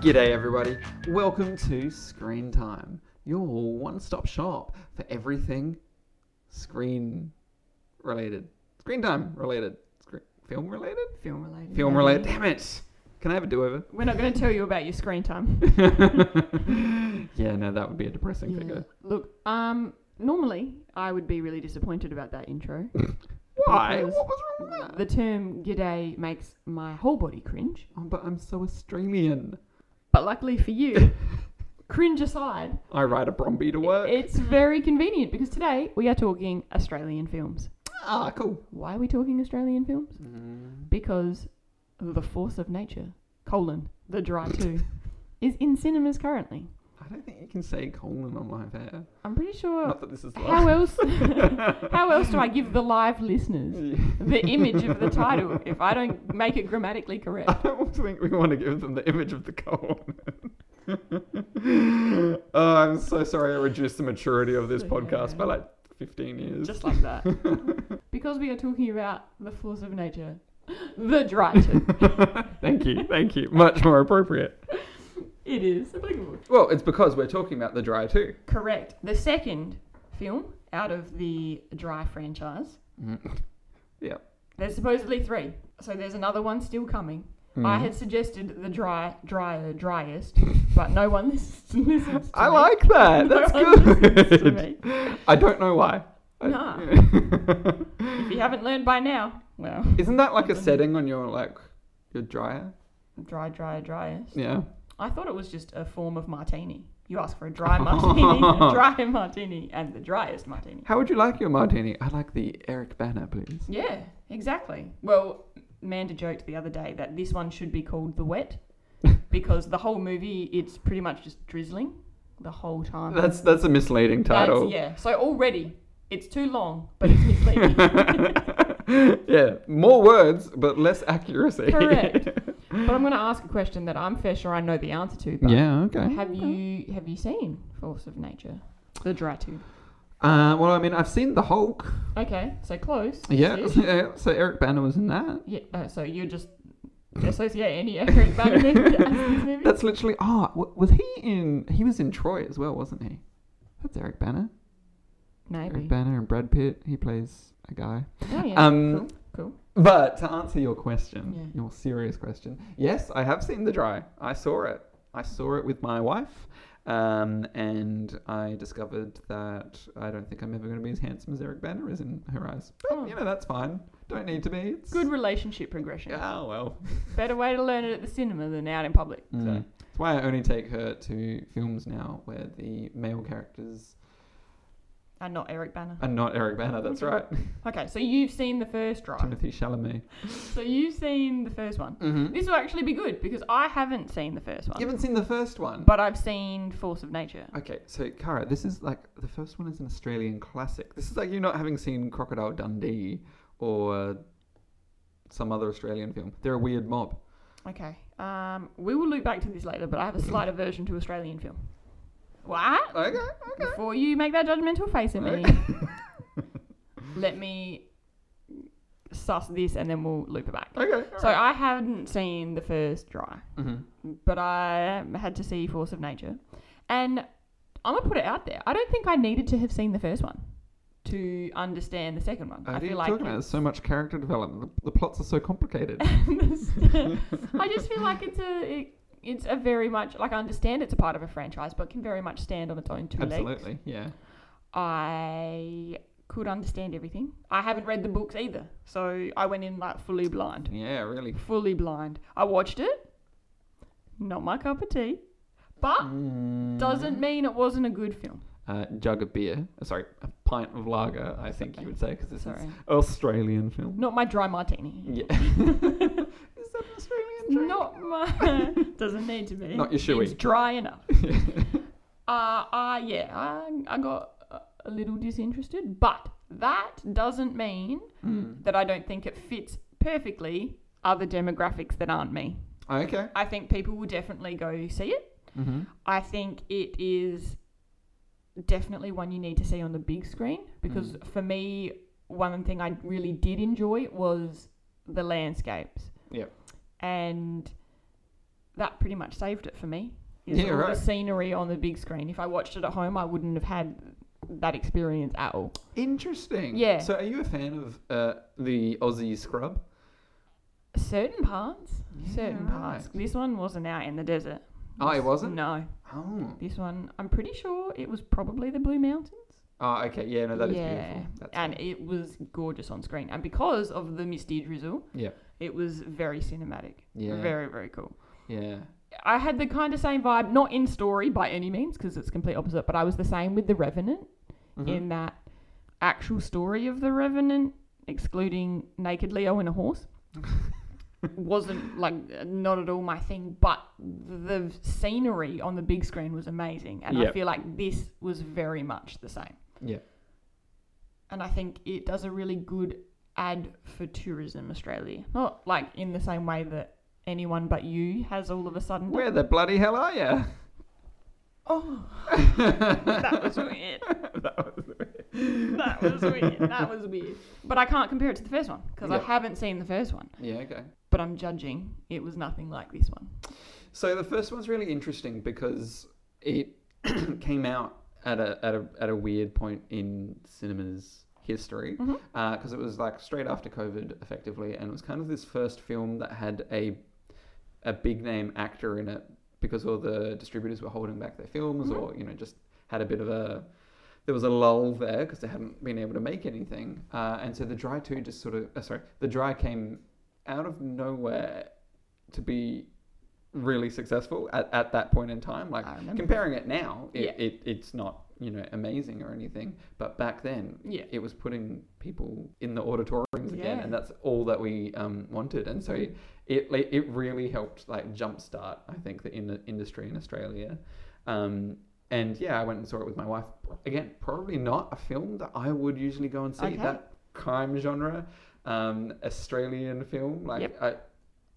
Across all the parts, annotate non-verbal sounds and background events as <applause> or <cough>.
G'day, everybody. Welcome to Screen Time, your one stop shop for everything screen related. Screen time related. Screen, film related? Film related. Film maybe. related. Damn it! Can I have a do over? <laughs> We're not going to tell you about your screen time. yeah, no, that would be a depressing Yeah. figure. Look, um, normally I would be really disappointed about <laughs> that intro. Why? Because What was wrong with that? The term "g'day" makes my whole body cringe. Oh, but I'm so Australian. But luckily <laughs> for you, cringe aside, I ride a Bromby to work. it's very convenient because today we are talking Australian films. ah, cool. Why are we talking Australian films? Mm. Because The Force of Nature: colon The <laughs> Dry Two is in cinemas currently. I don't think you can say colon on live air. I'm pretty sure. Not that this is How live. <laughs> else? how else <laughs> do I give the live listeners the image of the title if I don't make it grammatically <laughs> correct? I don't think we want to give them the image of the colon. <laughs> oh, I'm so sorry I reduced the maturity of this It's podcast okay. by like 15 years. Just like that. because we are talking about the force of nature, <gasps> the <laughs> Dryton. thank you, thank you. Much more appropriate. it is applicable. Well, it's because we're talking about the dry too. Correct. The second film out of the Dry franchise. Mm-hmm. Yeah. There's supposedly three. So there's another one still coming. Hmm. I had suggested the dry, drier, driest, but no one <laughs> listens, listens to Mm-hmm. I me. like that. No <laughs> That's one listens to good. I don't know why. I- <laughs> If you haven't learned by now, well, Isn't that like a Mm-hmm. setting on your like your dryer? dry, dry, driest. Yeah. I thought it was just a form of martini. You ask for <laughs> a dry martini, a dry martini, and the driest martini. How would you like your martini? I like the Eric Banner, please. Yeah, exactly. Well, Manda joked the other day that this one should be called <laughs> the wet because the whole movie it's pretty much just drizzling the whole time. That's that's a misleading That's- title. yeah. So already it's too long, but it's misleading. <laughs> yeah, more words but less accuracy. Correct. but I'm going to ask a question that I'm fair sure I know the answer to. <laughs> But Yeah. Okay. Have you have you seen Force of Nature? The dry tube. Uh, well, I mean, I've seen the Hulk. Okay, so close. Yeah. <laughs> Sid. yeah, So Eric Banner was in that. Yeah. uh, so you just associate any <laughs> Eric Banner movie as this <laughs> movie? That's literally. Ah, w was he in? He was in Troy as well, wasn't he? That's Eric Banner. Maybe. Eric Banner and Brad Pitt. He plays a guy. Oh, yeah. Um, cool. But to answer your question, Yeah. your serious question, yes, I have seen The Dry. I saw it. I saw it with my wife, um, and I discovered that I don't think I'm ever going to be as handsome as Eric Banner is in her eyes. But, Oh. You know, that's fine. Don't need to be. It's <laughs> Cool. Good <laughs> relationship progression. Oh well. Better way to learn it at the cinema than out in public. Mm. So. That's why I only take her to films now where the male characters And not Eric Banner. are not Eric Banner. <laughs> That's Okay. right. <laughs> Okay, so you've seen the first drive. Timothy Chalamet. So you've seen the first one. Mm-hmm. You This will actually be good because I haven't seen the first one, haven't seen the first one. but I've seen Force of Nature. Okay, so Kara, this is like the first one is an Australian classic. This is like you not having seen Crocodile Dundee or some other Australian film. They're a weird mob. Okay. Um, we will loop back to this later, but <clears throat> I have a slight aversion to Australian film. What? Okay, Before you make that judgmental face at me, okay. <laughs> let me suss this and then we'll loop it back. okay. So I hadn't seen the first dry, hmm but I um, had to see Force of Nature. And I'm going to put it out there. I don't think I needed to have seen the first one to understand the second one. I, I, I feel you like Uh, talking about there's so much character development. The, the plots are so <laughs> complicated. I just feel like it's a it, it's a very much like I understand it's a part of a franchise, but can very much stand on its own two legs. Absolutely, yeah. I could understand everything. I haven't read the books either, so I went in like fully blind. Yeah, really. Fully blind. I watched it. Not my cup of tea, but Ah! Mm. doesn't mean it wasn't a good film. Uh, jug of beer. uh, Sorry, a pint of lager. I think okay. you would say because this is Sorry, Australian <laughs> film. not my dry martini. Yeah. is that an Australian drink? <laughs> Not my. <laughs> doesn't need to be. Not your shoey. It's dry enough. <laughs> <laughs> uh, uh, yeah, I, I got a- a little disinterested, but that doesn't mean Mm. that I don't think it fits perfectly other demographics that aren't me. Okay. I think people will definitely go see it. hmm I think it is definitely one you need to see on the big screen because Mm. for me, one thing I really did enjoy was the landscapes. Yep. And that pretty much saved it for me. Is Yeah, all right. the scenery on the big screen. If I watched it at home, I wouldn't have had that experience at all. Interesting. Yeah. So, are you a fan of uh, the Aussie scrub? Certain parts, certain Yeah, parts. right. This one wasn't out in the desert. Oh, it wasn't? No, Oh. this one. I'm pretty sure it was probably the Blue Mountains. Oh, okay. Yeah, no, that is Yeah. beautiful. That's and cool. it was gorgeous on screen. And because of the misty drizzle, Yeah. it was very cinematic. Yeah. Very, very cool. yeah. I had the kind of same vibe, not in story by any means, because it's complete opposite, but I was the same with The Revenant Mhm. in that actual story of The Revenant, excluding naked Leo and a <laughs> horse, wasn't like not at all my thing, but the scenery on the big screen was amazing. And I Yep. feel like this was very much the same. Yeah. and I think it does a really good ad for tourism Australia. Not like in the same way that anyone but you has all of a sudden. Where the bloody hell are you? <laughs> Oh, that was weird. that was weird. That was weird. That was weird. But I can't compare it to the first one because Yeah. I haven't seen the first one. <laughs> Yeah, okay. But I'm judging it was nothing like this one. So the first one's really interesting because it <clears throat> came out at a, at a at a weird point in cinema's history because Mhm. it was like straight after COVID, effectively, and it was kind of this first film that had a a big name actor in it because all the distributors were holding back their films Mhm. or you know just had a bit of a there was a lull there because they hadn't been able to make anything uh, and so the dry 2 just sort of uh, sorry the dry came out of nowhere to be really successful at, at that point in time like I remember. comparing it now it, Yeah. it, it's not you know amazing or anything but back then Yeah. it was putting people in the auditoriums again Yeah. Mm-hmm. and that's all that we um, wanted and so it, it like, it really helped like jumpstart i think the in- industry in australia um, and yeah i went and saw it with my wife again probably not a film that i would usually go and see Okay. that crime genre um, australian film like Yep. i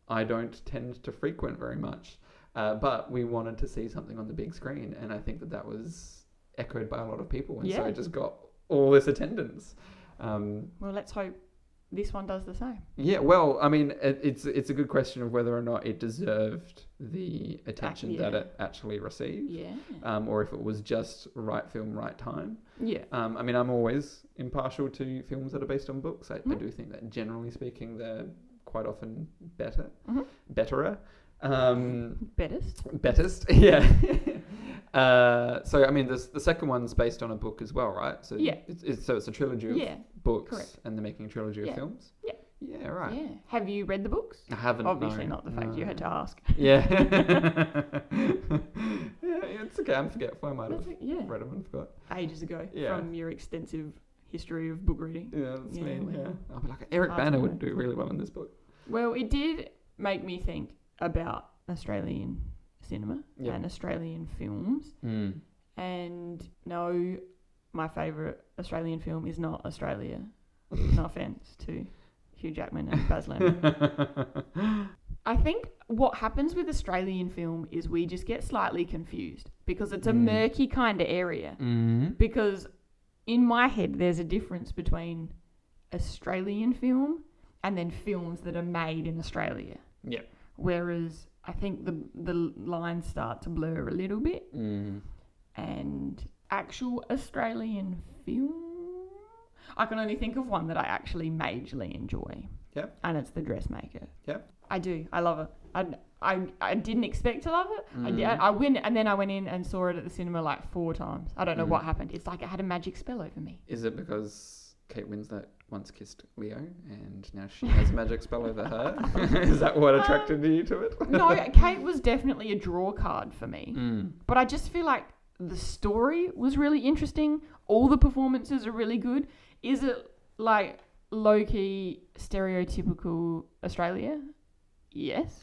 I don't tend to frequent very much. Uh, but we wanted to see something on the big screen, and I think that that was echoed by a lot of people, and so Yeah. it just got all this attendance. Um, Well, let's hope this one does the same. yeah, well, I mean, it, it's it's a good question of whether or not it deserved the attention that yeah. it actually received, Yeah. um, or if it was just right film, right time. Yeah. Um, I mean, I'm always impartial to films that are based on books. I, I Mhm. do think that, generally speaking, they're quite often better, Mhm. betterer. Um, Bettest. Bettest, <laughs> <laughs> yeah. uh, so I mean, this, the second one's based on a book as well, right? So Yeah. it's, it's, so it's a trilogy of Yeah. books, correct. and they're making a trilogy Yeah. of films. Yeah. yeah, right. Yeah. Have you read the books? I haven't. no. Obviously, not the fact No. you had to <laughs> ask. <laughs> Yeah. yeah, it's okay. I'm forgetful. I might have That's it, yeah. read them and forgot. ages ago Yeah. from your extensive history of book reading. Yeah, that's me. Yeah, well. Yeah, I'll be like Eric Hard to Banner know. would do really well in this book. Well, it did make me think about Australian cinema Yeah. and Australian films. <laughs> Mm. And no, my favourite Australian film is not Australia. no offence to Hugh Jackman and <laughs> Baz Luhrmann. I think what happens with Australian film is we just get slightly confused because it's a Mm. murky kind of area. <laughs> mm. <laughs> because in my head there's a difference between Australian film and then films that are made in Australia. Yep. Whereas I think the the lines start to blur a little bit Mm. and actual Australian film I can only think of one that I actually majorly enjoy. Yep. And it's The Dressmaker. Yep. I do. I love it. I, I, I didn't expect to love it. I, did, Mm. I went and then I went in and saw it at the cinema like four times. I don't know Mm. what happened. It's like it had a magic spell over me. <laughs> Is it because Kate Winslet once kissed Leo and now she has a magic spell over her? <laughs> Is that what attracted you to it? no, Kate was definitely a draw card for me. Mm. But I just feel like the story was really interesting. All the performances are really good. Is it like low key stereotypical Australia? <laughs> Yes.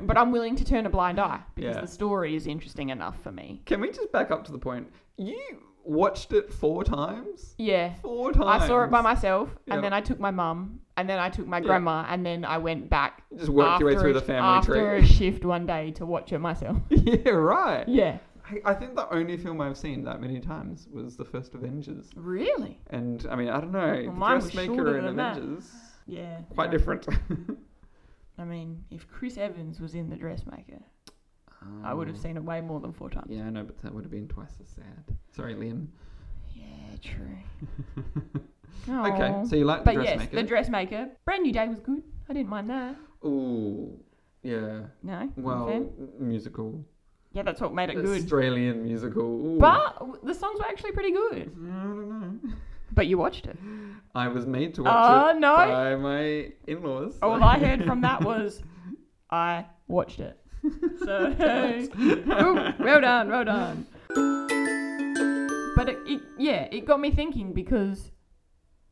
but I'm willing to turn a blind eye because Yeah. the story is interesting enough for me. Can we just back up to the point? You watched it four times? Yeah. Four times. I saw it by myself, Yeah. and then I took my mum, and then I took my Yeah. grandma, and then I went back You Just worked your way through a- the family after a tree. shift one day to watch it myself. <laughs> <laughs> yeah, right. Yeah. I, I think the only film I've seen that many times was the first Avengers. Really? And I mean, I don't know. Well, the mine was Dressmaker shorter and than that. Avengers. Yeah. Quite no. different. I mean, if Chris Evans was in The Dressmaker, I would have Um, seen it way more than four times. Yeah, I know, but that would have been twice as sad. Sorry, Liam. Yeah, <laughs> true. Okay, Aw. so you like the Oh. but yes, dressmaker? The Dressmaker. Brand New Day was good. I didn't mind that. Ooh, yeah. No. not a Well, fan. musical. Yeah, that's what made it good. Australian musical. Ooh. Mm, But w- the songs were actually pretty I good. don't know. But you watched it. I was made to Oh, watch it no. by my in-laws. All <laughs> I heard from that was, I watched it. So, Ooh, well done, well done. But it, it, yeah, it got me thinking because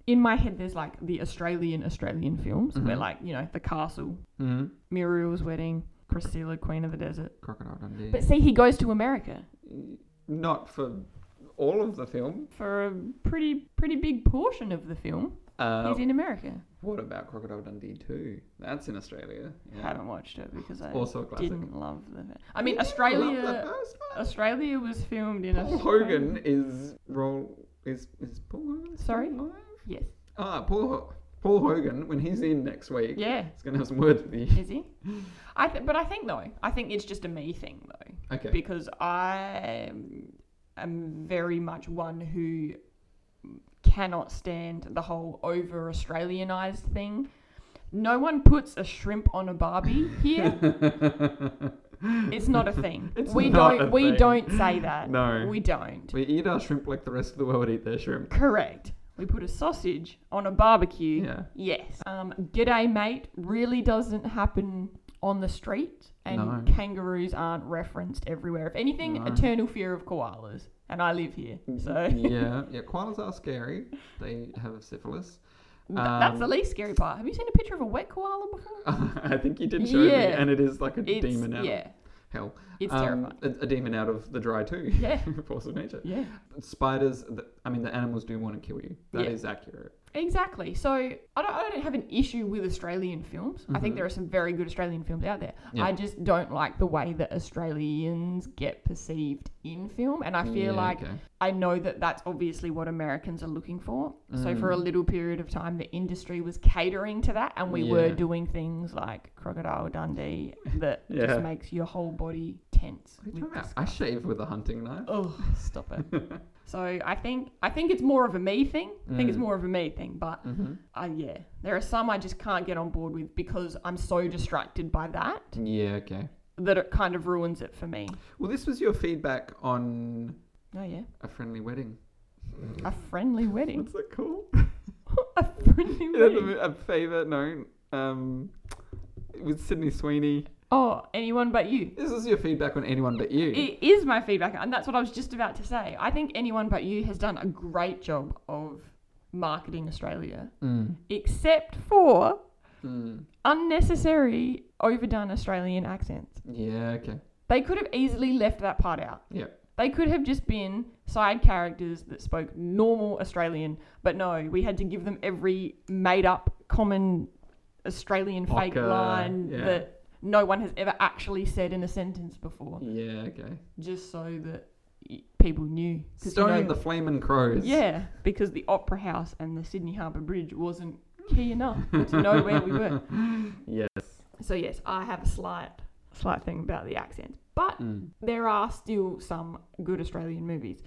in my head there's like the Australian Australian films where Mhm. like you know the Castle, hmm Muriel's Wedding, Priscilla, Queen of the Desert. Crocodile Dundee. But see, he goes to America Not for all of the film. for a pretty pretty big portion of the film. Uh, He's in America. what about Crocodile Dundee 2? That's in Australia. Yeah. Haven't watched it because I Also a classic. didn't love the. I <laughs> mean, You didn't love the Australia. first one? Australia was filmed in Paul Australia. Hogan is role is is Paul Hogan still Sorry? alive? Yes. Ah, Paul Ho- Paul Hogan when he's in next week, Yeah. he's gonna have some words with you. Is he? I th- but I think though, I think it's just a me thing though, Okay. because I am very much one who cannot stand the whole over Australianized thing. No one puts a shrimp on a Barbie <laughs> here. it's not a thing. It's we not don't a we thing. don't say <laughs> that. No. We don't. we eat our shrimp like the rest of the world eat their shrimp. Correct. We put a sausage on a barbecue. Yeah. Yes. Um, G'day, mate really doesn't happen on the street, and No. kangaroos aren't referenced everywhere. If anything, No. Mm, eternal fear of koalas, and I live here, so <laughs> Th- yeah, yeah. Koalas are scary. They have syphilis. <laughs> that's the Um, least scary part. Have you seen a picture of a wet koala before? I think you did show me, Yeah. and it is like a It's, demon out yeah, of hell. it's Um, terrifying. A, a demon out of the dry too. Yeah. <laughs> Force of nature. Yeah, Spiders. The, I mean, the animals do want to kill you. That is Yeah. accurate. exactly. So I don't, I don't have an issue with Australian films. I think Mhm. there are some very good Australian films out there. Yeah. I just don't like the way that Australians get perceived in film, and I feel Yeah, like okay. I know that that's obviously what Americans are looking for. So for a Mm. little period of time, the industry was catering to that, and we were Yeah. doing things like Crocodile <laughs> Dundee that Yeah. just makes your whole body tense. What are you with talking about? disgust. I shave with a hunting knife. Oh, <laughs> stop it! <laughs> so I think I think it's more of a me thing. I think it's Mm. more of a me thing, but Mm-hmm. uh, yeah, there are some I just can't get on board with because I'm so distracted by that Yeah. Okay. that it kind of ruins it for me. Well, this was your feedback on Oh yeah, a friendly wedding. a friendly wedding, What's that <laughs> called? a <laughs> friendly Yeah, wedding. the- a favour. No. Um, with Sydney Sweeney. Oh, anyone but you. This is your feedback on anyone but you. It is my feedback, and that's what I was just about to say. I think anyone but you has done a great job of marketing Australia, Mm. except for Mm. unnecessary, overdone Australian accents. Yeah. Okay. They could have easily left that part out. Yeah. They could have just been side characters that spoke normal Australian, but no, we had to give them every made up common Australian fake Ocker, line yeah. that no one has ever actually said in a sentence before. Yeah. Okay. just so that y- people knew. 'Cause, you Stone know- and the Flaming Crows. Yeah, because the Opera House and the Sydney Harbour Bridge wasn't key enough to know where we were. <laughs> Yes. So yes, I have a slight, slight thing about the accent, but Mm. there are still some good Australian movies.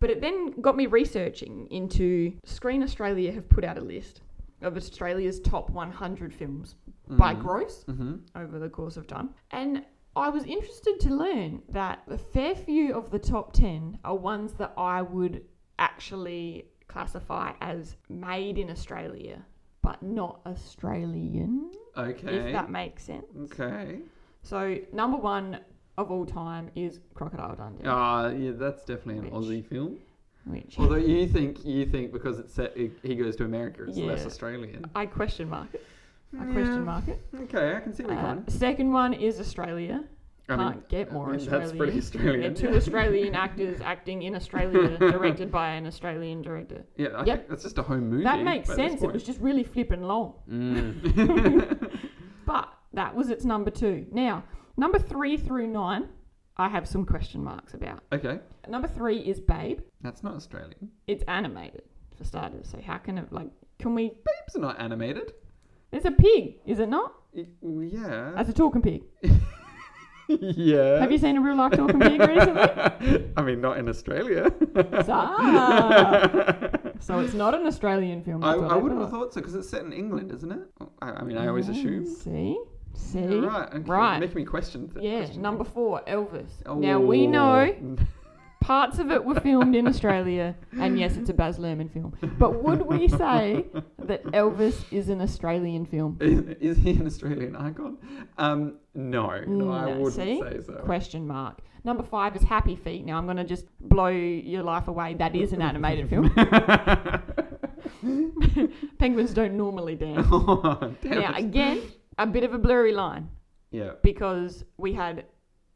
But it then got me researching into Screen Australia have put out a list of Australia's top 100 films by Mm. gross Mm-hmm. over the course of time. And I was interested to learn that a fair few of the top 10 are ones that I would actually classify as made in Australia, but not Australian, Okay. if that makes sense. Okay. So, number one of all time is Crocodile Dundee, Ah, yeah, that's definitely an Which- Aussie <laughs> film. which Although you think you think because it's set, it, he goes to America, it's less Yeah. Australian. I question mark it. I question mark it. Okay, I can see where you're Uh, going. second one is Australia. I mean, can't get more I mean, that's pretty Yeah, Australian. two Australian actors acting in Australia, directed by an Australian director. <laughs> Yeah, I Yep. think that's just a home movie. That makes by this sense. It point. was just really flipping long. Mm. But that was its number two. Now, number three through nine, I have some question marks about. <laughs> okay, Number three is Babe. that's not Australian. It's animated, for starters. So how can it, like, can we. Babes are not animated. It's a pig, is it not? Y- Yeah. <laughs> as a talking pig. yeah. Have you seen a real life talking <laughs> pig recently? I mean, not in Australia. <laughs> Ah. So it's not an Australian film. I, that's what I wouldn't thought. have thought so because it's set in England, isn't it? I, I mean, I always Yeah, assume. See, see. You're right. Okay. Right. Making me question. Th- Yeah, question number four, Elvis. things. Now we know Oh. parts of it were filmed in Australia, and yes, it's a Baz Luhrmann film. But would we say that Elvis is an Australian film? <laughs> Is, is he an Australian icon? Um, no, no, I Mm, No, wouldn't see? say so. Question mark. Number five is Happy Feet. Now I'm going to just blow your life away. That is an animated <laughs> film. <laughs> Penguins don't normally <laughs> dance. Oh, damn Now it. again, a bit of a blurry line yeah. because we had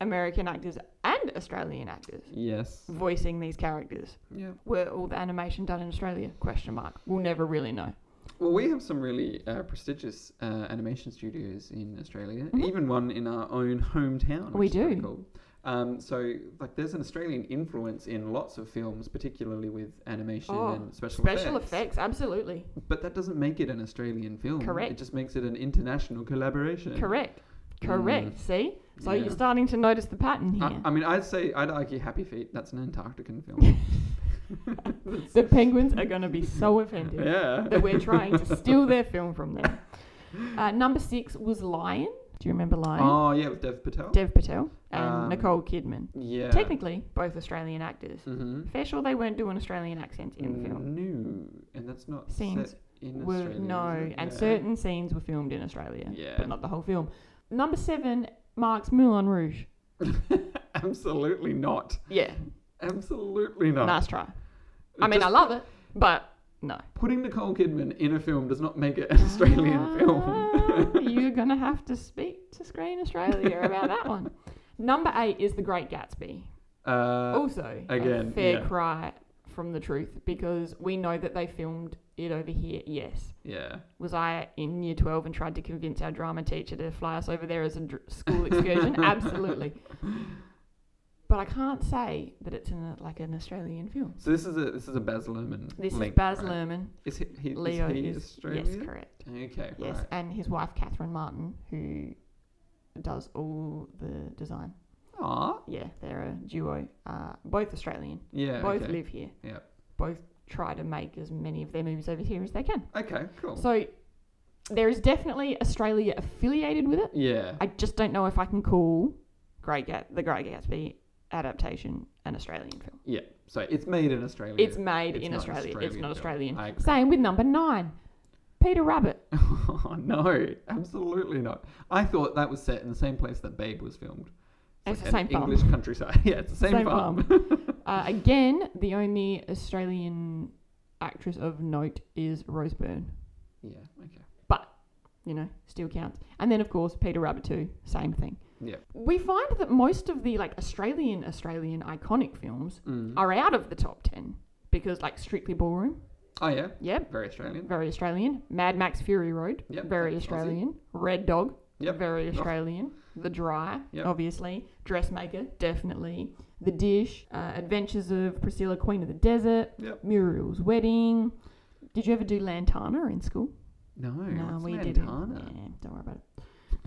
American actors and Australian actors Yes. voicing these characters. Yeah. were all the animation done in Australia? Question mark. We'll never really know. Well, we have some really uh, prestigious uh, animation studios in Australia, Mhm. even one in our own hometown. We which is pretty do. Cool. Um, so, like, there's an Australian influence in lots of films, particularly with animation Oh, and special, Special effects. effects, absolutely But that doesn't make it an Australian film. It Correct. just makes it an international collaboration. correct, correct. See, so Mm. Yeah. you're starting to notice the pattern here. <laughs> I, I mean, I'd say I'd argue Happy Feet. That's an Antarctican film. <laughs> the penguins are going to be so offended yeah. that we're trying to steal their film from <laughs> them. Uh, number six was Lion. Do you remember Lion? Oh yeah, with Dev Patel. Dev Patel and Um, Nicole Kidman. yeah. Technically, both Australian actors. Mm-hmm. Fair sure they weren't doing Australian accents in the film. No, and that's not Scenes set Mm, in Were- Australia. no, is it? and Yeah. certain scenes were filmed in Australia. Yeah. but not the whole film. Number seven, Mark's Moulin Rouge. <laughs> Absolutely not. Yeah, Absolutely not. nice try. I Oh. mean, Just I love it, but <laughs> no. putting Nicole Kidman in a film does not make it an Australian Ah, film. <laughs> you're gonna have to speak to Screen Australia about that one. Number eight is The Great Gatsby. uh, also, again, a fair yeah. cry from the truth because we know that they filmed it over here. Yes. yeah. Was I in year 12 and tried to convince our drama teacher to fly us over there as a dr- <laughs> school excursion? Absolutely. But I can't say that it's an, like an Australian film. So this is a this is a Baz Luhrmann. This link, is Baz right? Luhrmann. Is he, he, Leo is he is Australian? yes, correct. Okay. Yes, Right. and his wife Catherine Martin, who does all the design. Aw. Yeah, they're a duo. Uh, both Australian. Yeah. both okay. live here. Yep. Both try to make as many of their movies over here as they can. Okay. Cool. So there is definitely Australia affiliated with it. yeah. I just don't know if I can call Great Gat- the Great Gatsby adaptation an Australian film. yeah. So it's made in Australia. It's made Oh, It's in not Australia. it's Australian not film. Australian. I agree. Same with number nine, Peter Rabbit. Oh, <laughs> no, absolutely not. I thought that was set in the same place that Babe was filmed. It's the like an same farm. English countryside. <laughs> Yeah, it's the same, farm. uh, again, the only Australian actress of note is Rose Byrne. <laughs> Yeah, okay. You know, still counts. And then, of course, Peter Rabbit too. Same thing. Yeah. We find that most of the like Australian Australian iconic films Mm. are out of the top ten because like Strictly Ballroom, Oh, yeah, yep, very Australian. very Australian. Mad Max Fury Road, Yep, very that's Aussie. Australian. Red Dog, Yep. very Ugh. Australian. The Dry, Yep. obviously. Dressmaker, definitely. The Dish, uh, Adventures of Priscilla, Queen of the Desert, Yep. Muriel's Wedding. Did you ever do Lantana in school? No, what's Yeah, Lantana? don't worry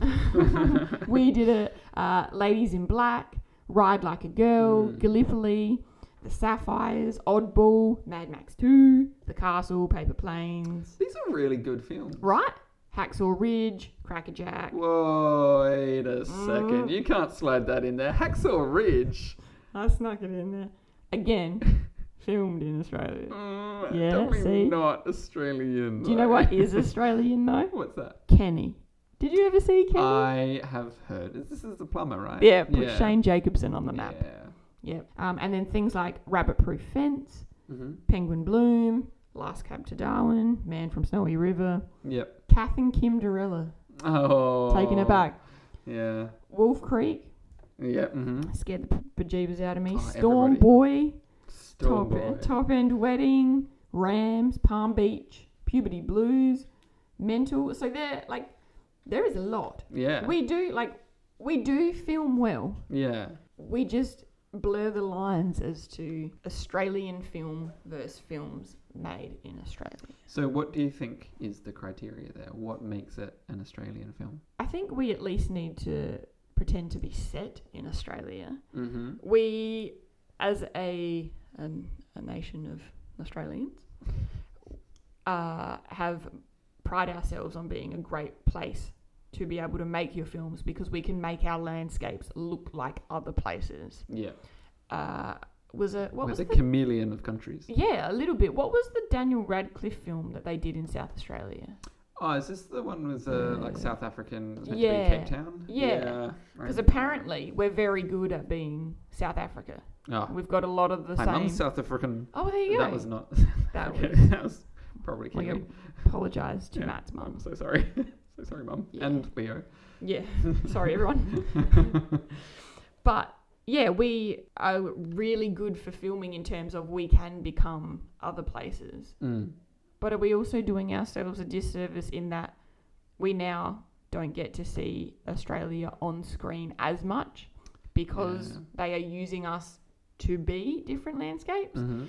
about it. <laughs> we did it. Uh, Ladies in Black, Ride Like a Girl, Mm. Gallipoli, The Sapphires, Oddball, Mad Max 2, The Castle, Paper Planes, <laughs> These are really good films. right? Hacksaw Ridge, Crackerjack. Whoa, wait a second. Mm. You can't slide that in there. Hacksaw Ridge. I snuck it in there. Again, <laughs> filmed in Australia. Mm, Yeah, definitely see? not Australian. Do you know though. what <laughs> is Australian though? <laughs> What's that? Kenny. Did you ever see Kenny? I have heard. Is- This is the plumber, right? yeah, put Shane Jacobson on the map. Yeah. Yep. Um, and then things like Rabbit Proof Fence, hmm Penguin Bloom, Last Cab to Darwin, Man from Snowy River, Yep. Kath and Kim Durrella, Oh. taking it back. Yeah. Wolf Creek, Yeah. Mm-hmm. scared the p- bejeebers out of me. Oh, Storm everybody. Boy, Storm top, e, Boy. top End Wedding, Rams, Palm Beach, Puberty Blues, Mental. So there, like, there is a lot. Yeah. We do like, we do film well. yeah. We just blur the lines as to Australian film versus films made in Australia. So, what do you think is the criteria there? What makes it an Australian film? I think we at least need to pretend to be set in Australia. Mm-hmm. We, as a an, a nation of Australians, uh, have pride ourselves on being a great place to be able to make your films because we can make our landscapes look like other places. Yeah, Uh, was it what we're was the the, chameleon of countries. yeah a little bit? What was the Daniel Radcliffe film that they did in South Australia? Oh, is this the one with uh, like Uh, South African? It's meant to be yeah. Cape Town. Yeah. right. Because apparently we're very good at being South Africa. Oh, We've got a lot of the my same. mum's South African. oh, there you go. That was not. <laughs> That okay, was- that was probably Like, Kiwi. apologise to Yeah, Matt's mum. I'm so sorry. <laughs> so sorry, mum. Yeah. And Leo. Yeah, sorry everyone. but yeah, we are really good for filming in terms of we can become other places. Mm. But are we also doing ourselves a disservice in that we now don't get to see Australia on screen as much because Yeah. they are using us to be different landscapes? hmm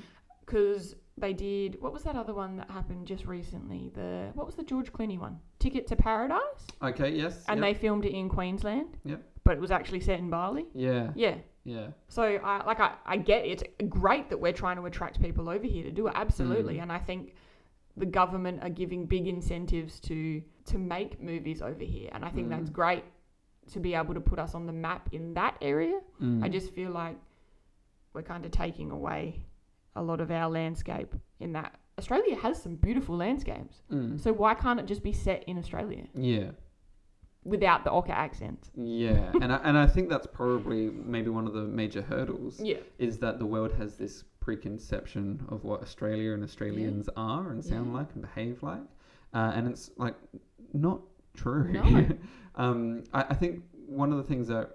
Because they did what was that other one that happened just recently? The what was the George Clooney one? Ticket to Paradise, Okay. Yes. and yep, they filmed it in Queensland. Yep. But it was actually set in Bali. Yeah. Yeah. Yeah. So I like I, I get it's great that we're trying to attract people over here to do it absolutely Mm. and I think the government are giving big incentives to to make movies over here and I think that's Mm. great to be able to put us on the map in that area. Mm. I just feel like we're kind of taking away a lot of our landscape in that Australia has some beautiful landscapes. Mm. So why can't it just be set in Australia Yeah. without the Orca accent? <laughs> Yeah. and I, and I think that's probably maybe one of the major hurdles. Yeah. is that the world has this preconception of what Australia and Australians are and sound Yeah. like and behave like, uh, and it's like not true. No. <laughs> um, I, I think one of the things that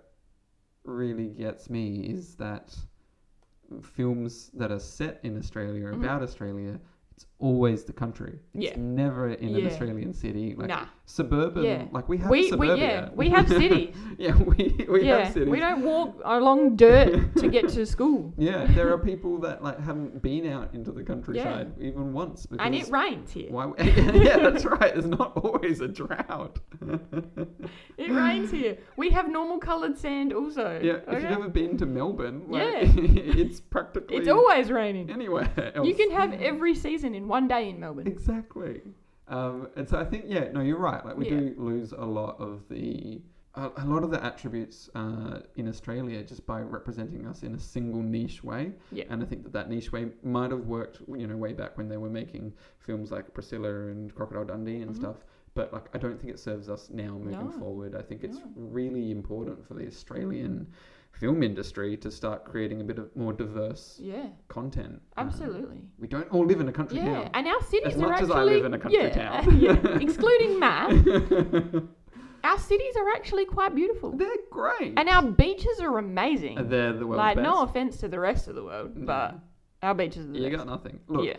really gets me is that films that are set in Australia Mhm. about Australia. It's always the country. It's Yeah. never in an Yeah. Australian city. Like nah. suburban Yeah. like we have We, we suburbia. yeah, we <laughs> have cities. yeah, we, we yeah, have cities. we don't walk along dirt to get <laughs> to school. Yeah, there are people that like haven't been out into the countryside even once because And it rains here. <laughs> why? yeah, that's right. There's not always a <laughs> drought. It rains here. We have normal coloured sand also. Yeah, if okay? you've ever been to Melbourne, like, Oh, Yeah. <laughs> it's practically it's always raining. anywhere else. You can have every season in one day in Melbourne. exactly. Um, and so I think yeah, no, you're right. Like we Yeah. do lose a lot of the a, a lot of the attributes uh, in Australia just by representing us in a single niche way. Yeah. And I think that that niche way might have worked, you know, way back when they were making films like Priscilla and Crocodile Dundee and Mhm. stuff. But like, I don't think it serves us now moving No. forward. I think it's No. really important for the Australian film industry to start creating a bit of more diverse Yeah, content. Um, absolutely. we don't all live in a country Yeah, now. and our cities As are much as actually I live in a country yeah, town. <laughs> <laughs> yeah, excluding Matt, our cities are actually quite beautiful, They're great. and our beaches are amazing. they're the world's like, best. no offense to the rest of the world, No. but our beaches are the you best. got nothing. Look, yeah,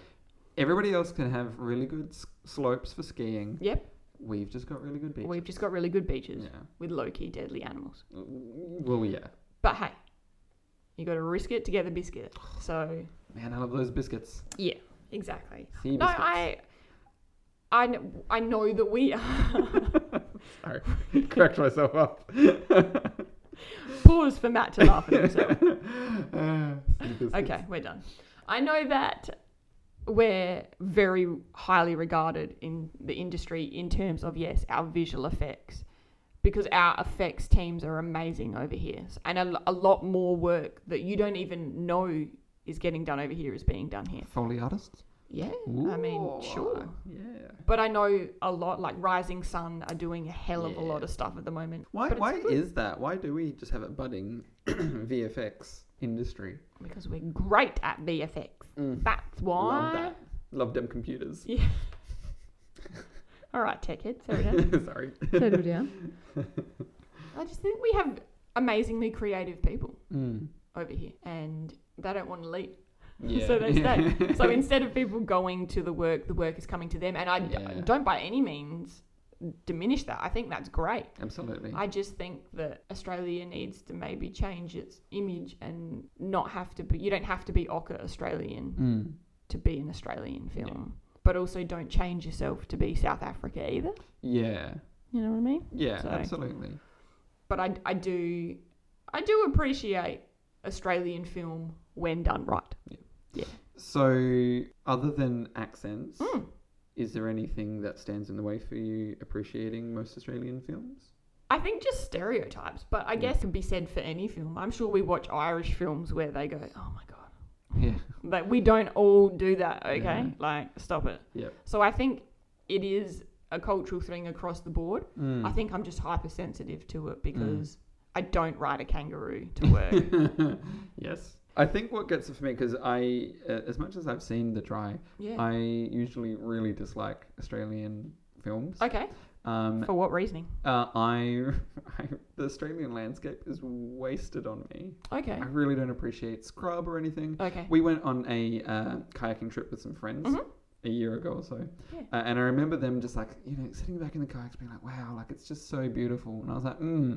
everybody else can have really good s- slopes for skiing. Yep. We've just got really good beaches. we've just got really good beaches yeah. with low-key deadly animals. Well, yeah. But hey, you got to risk it to get the biscuit. So Man, I love those biscuits. exactly. Sea No, biscuits. I, I, kn- I know that we are. <laughs> Sorry, cracked myself <laughs> up. Pause for Matt to laugh at himself. Ah, sea <laughs> biscuits. Okay, we're done. I know that we're very highly regarded in the industry in terms of yes, our visual effects. Because our effects teams are amazing over here, S- and a, l- a lot more work that you don't even know is getting done over here is being done here. Foley artists. Yeah, I mean, Ooh, sure. Yeah. But I know a lot, like Rising Sun are doing a hell of a Yeah. lot of stuff at the moment. Why? But it's Why good is that? Why do we just have a budding <clears throat> VFX industry? Because we're great at VFX. That's why. Love that. Love them computers. All right, tech head, <laughs> settle down. Sorry. settle down. I just think we have amazingly creative people Mm. over here, and they don't want to leave, <laughs> Yeah. so they stay. <laughs> so instead of people going to the work, the work is coming to them, and I d- Yeah. don't by any means diminish that. I think that's great. Absolutely. I just think that Australia needs to maybe change its image and not have to be, you don't have to be ochre Australian Mm. to be an Australian film, but also don't change yourself to be South Africa either. Yeah. You know what I mean? Yeah, So- absolutely. But I, I do I do appreciate Australian film when done right. So, other than accents, Mm. is there anything that stands in the way for you appreciating most Australian films? I think just stereotypes, but I Yeah. guess it could be said for any film. I'm sure we watch Irish films where they go, "Oh my god." Yeah. Like we don't all do that, okay? Yeah. Like stop it. Yep. So I think it is a cultural thing across the board. Mm. I think I'm just hypersensitive to it because I don't ride a kangaroo to <laughs> work. yes. I think what gets it for me because I, uh, as much as I've seen The Dry, yeah. I usually really dislike Australian films. okay. Um, For what reasoning? uh, I, <laughs> I, the Australian landscape is wasted on me. Okay. I really don't appreciate Scrub or anything. Okay. We went on a uh, kayaking trip with some friends Mhm. a year ago or so, Yeah. uh, and I remember them just like you know sitting back in the kayaks, being like, "Wow, like it's just so beautiful," and I was like, "Hmm."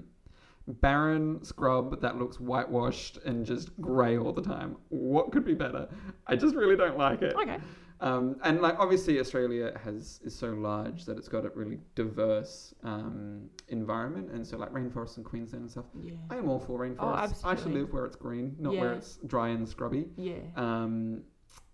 Barren scrub that looks whitewashed and just grey all the time. What could be better? I just really don't like it. Okay. Um, and like obviously Australia has is so large that it's got a really diverse um, environment, and so like rainforests in Queensland and stuff. Yeah. I am all for rainforests. I should Oh, absolutely. live where it's green, not where Yeah. it's dry and scrubby. Yeah. Um,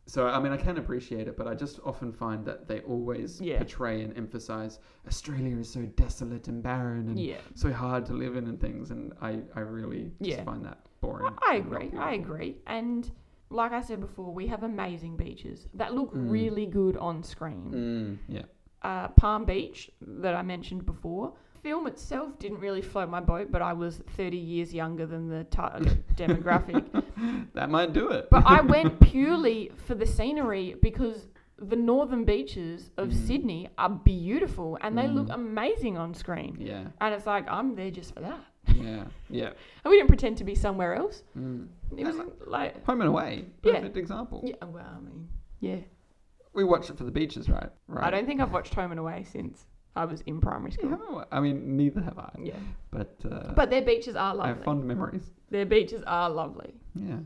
so I mean, I can appreciate it, but I just often find that they always Yeah. portray and emphasize Australia is so desolate and barren and yeah. so hard to live in and things, and I I really just Yeah. find that boring. I and not agree. I beautiful. agree. And like I said before, we have amazing beaches that look Mm. really good on screen. Mm, yeah. uh, Palm Beach that I mentioned before. Film itself didn't really float my boat, but I was 30 years younger than the <laughs> target demographic. That might do it. But I went purely for the scenery because the northern beaches of Mm. Sydney are beautiful and they look Mm. amazing on screen. Yeah. And it's like, I'm there just for that. Yeah. Yeah. And we didn't pretend to be somewhere else. Mm. It was Yeah. like, Home and Away, Yeah. perfect example. yeah, well, I mean, yeah. We watched it for the beaches, right? Right. I don't think I've watched Home and Away since I was in primary Yeah, school. Home and Away- I mean, neither have I. Yeah. But, uh, But their beaches are I lovely. have fond memories. Their beaches are lovely. Yeah.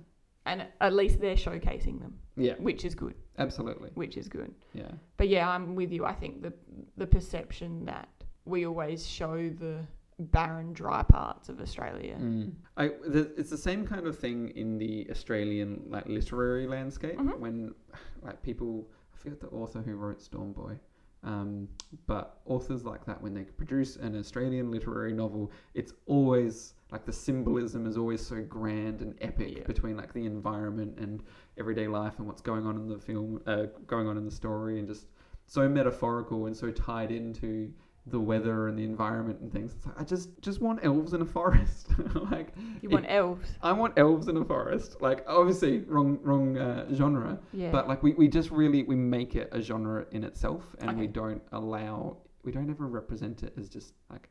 and at least they're showcasing them, Yeah. which is good, Absolutely. which is good. Yeah. But yeah, I'm with you. I think the the perception that we always show the barren, dry parts of Australia. Mm. I, the, it's the same kind of thing in the Australian like literary landscape Mhm. when like people I forget the author who wrote Storm Boy, um, but authors like that when they produce an Australian literary novel, it's always like the symbolism is always so grand and epic Yeah. between like the environment and everyday life and what's going on in the film, uh, going on in the story, and just so metaphorical and so tied into the weather and the environment and things. It's like, I just just want elves in a forest. <laughs> like Mm. You it- want elves, I want elves in a forest. Like obviously wrong wrong uh, genre, yeah. but like we, we just really we make it a genre in itself and we Okay. don't allow we don't ever represent it as just like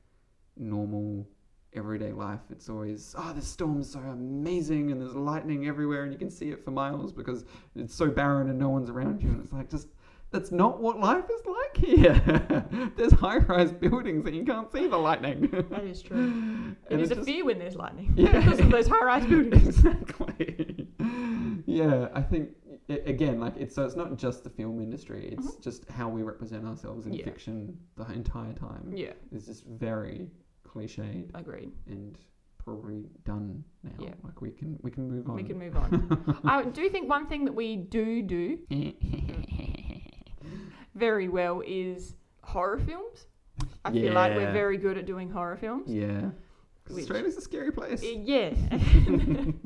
normal everyday life. It's always oh the storm's so amazing and there's lightning everywhere and you can see it for miles because it's so barren and no one's around you and it's like just that's not what life is like <laughs> here. <laughs> there's high-rise buildings and you can't see the lightning. that is true. <laughs> And It is it's a just- fear when there's lightning Yeah. <laughs> because of those <laughs> high-rise buildings. exactly. yeah, I think a- again, like it's so it's not just the film industry; it's just how we represent ourselves in Uh-huh. Yeah. fiction the entire time. yeah, It's just very cliched agreed. and probably done now. Yeah. Like we can we can move on. We can move <laughs> on. I do think one thing that we do do <laughs> very well is horror films. I feel like Yeah. we're very good at doing horror films. <laughs> yeah, 'Cause Which- Australia's a scary place. Yeah. <laughs>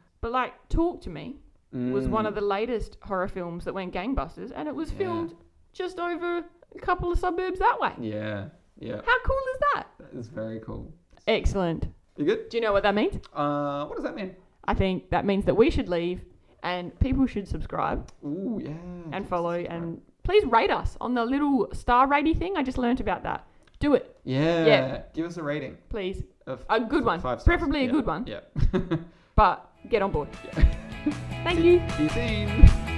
<laughs> but like, Talk to Me was one of the latest horror films that went gangbusters, and it was Mm. Yeah. filmed just over a couple of suburbs that way. Mm. Yeah, yeah, How cool is that? that is very cool. Excellent. You good? Do you know what that means? Uh, what does that mean? I think that means that we should leave, and people should subscribe Ooh, yeah. and Jesus follow, Christ. and please rate us on the little star ratey thing. I just learnt about that. Do it, Yeah. Yeah. Give us a rating please. of A good one, Five stars, preferably a yeah. good one, Yeah. but get on board. <laughs> Thank See- you. See you soon.